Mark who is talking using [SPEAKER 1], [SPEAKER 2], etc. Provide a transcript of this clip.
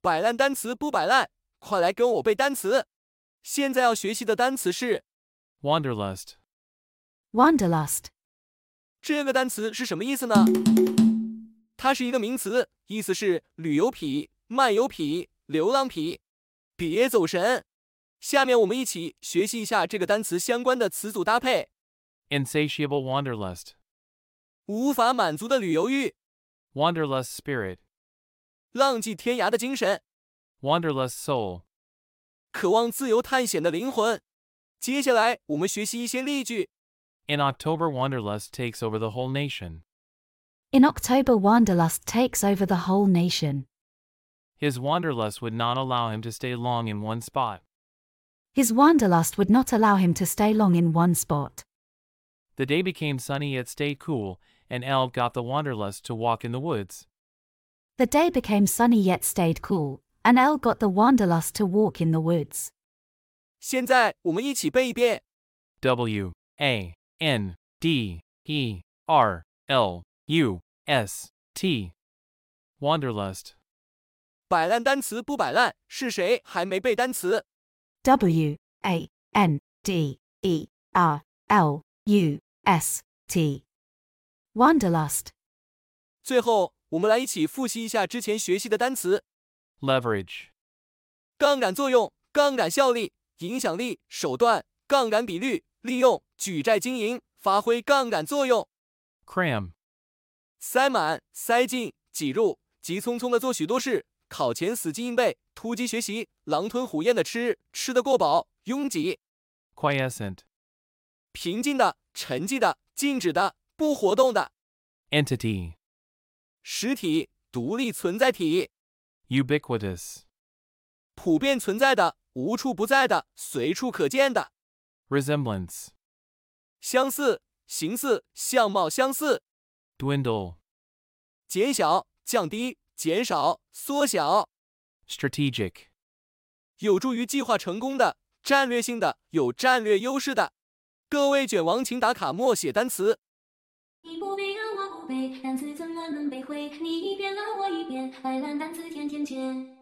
[SPEAKER 1] 摆烂单词不摆烂，快来跟我背单词。现在要学习的单词是
[SPEAKER 2] Wanderlust.
[SPEAKER 3] Wanderlust.
[SPEAKER 1] 这个单词是什么意思呢？它是一个名词，意思是旅游痞、漫游痞、流浪痞。别走神！下面我们一起学习一下这个单词相关的词组搭配：
[SPEAKER 2] Insatiable wanderlust.
[SPEAKER 1] 无法满足的旅游欲、
[SPEAKER 2] Wanderlust spirit.
[SPEAKER 1] 浪迹天涯的精神、
[SPEAKER 2] Wanderlust soul.
[SPEAKER 1] 渴望自由探险的灵魂。接下来我们学习一些例句。
[SPEAKER 2] In October, wanderlust takes over the whole nation.
[SPEAKER 3] In October, Wanderlust takes over the whole nation.
[SPEAKER 2] His wanderlust would not allow him to stay long in one spot.
[SPEAKER 3] His Wanderlust would not allow him to stay long in one spot.
[SPEAKER 2] The day became sunny yet stayed cool, and Elb got the wanderlust to walk in the woods.
[SPEAKER 3] The day became sunny yet stayed cool, and El got the Wanderlust to walk in the woods.
[SPEAKER 1] 现在我们一起背一遍。
[SPEAKER 2] W A N D E R L U S T. Wanderlust.
[SPEAKER 1] 摆烂单词不摆烂，是谁还没背单词？
[SPEAKER 3] W A N D E R L U S T. Wanderlust.
[SPEAKER 1] 最后，我们来一起复习一下之前学习的单词：
[SPEAKER 2] Leverage.
[SPEAKER 1] 杠杆作用、杠杆效力、影响力、手段、杠杆比率、利用、举债经营、发挥杠杆作用、
[SPEAKER 2] Cram.
[SPEAKER 1] 塞满、塞进、挤入、急匆匆的做许多事、考前死记硬背、突击学习、狼吞虎咽的吃、吃得过饱、拥挤、
[SPEAKER 2] Quiescent.
[SPEAKER 1] 平静的、沉寂的、静止的、不活动的、
[SPEAKER 2] Entity.
[SPEAKER 1] 实体、独立存在体、
[SPEAKER 2] Ubiquitous.
[SPEAKER 1] 普遍存在的、无处不在的、随处可见的。
[SPEAKER 2] Resemblance.
[SPEAKER 1] 相似、形似、相貌相似、
[SPEAKER 2] Dwindle.
[SPEAKER 1] 减小、降低、减少、缩小，
[SPEAKER 2] Strategic.
[SPEAKER 1] 有助于计划成功的、战略性的、有战略优势的。各位卷王，请打卡默写单词。
[SPEAKER 4] 你不背啊，我不背，单词怎么能背会？你一遍啊，我一遍，白烂单词天天见。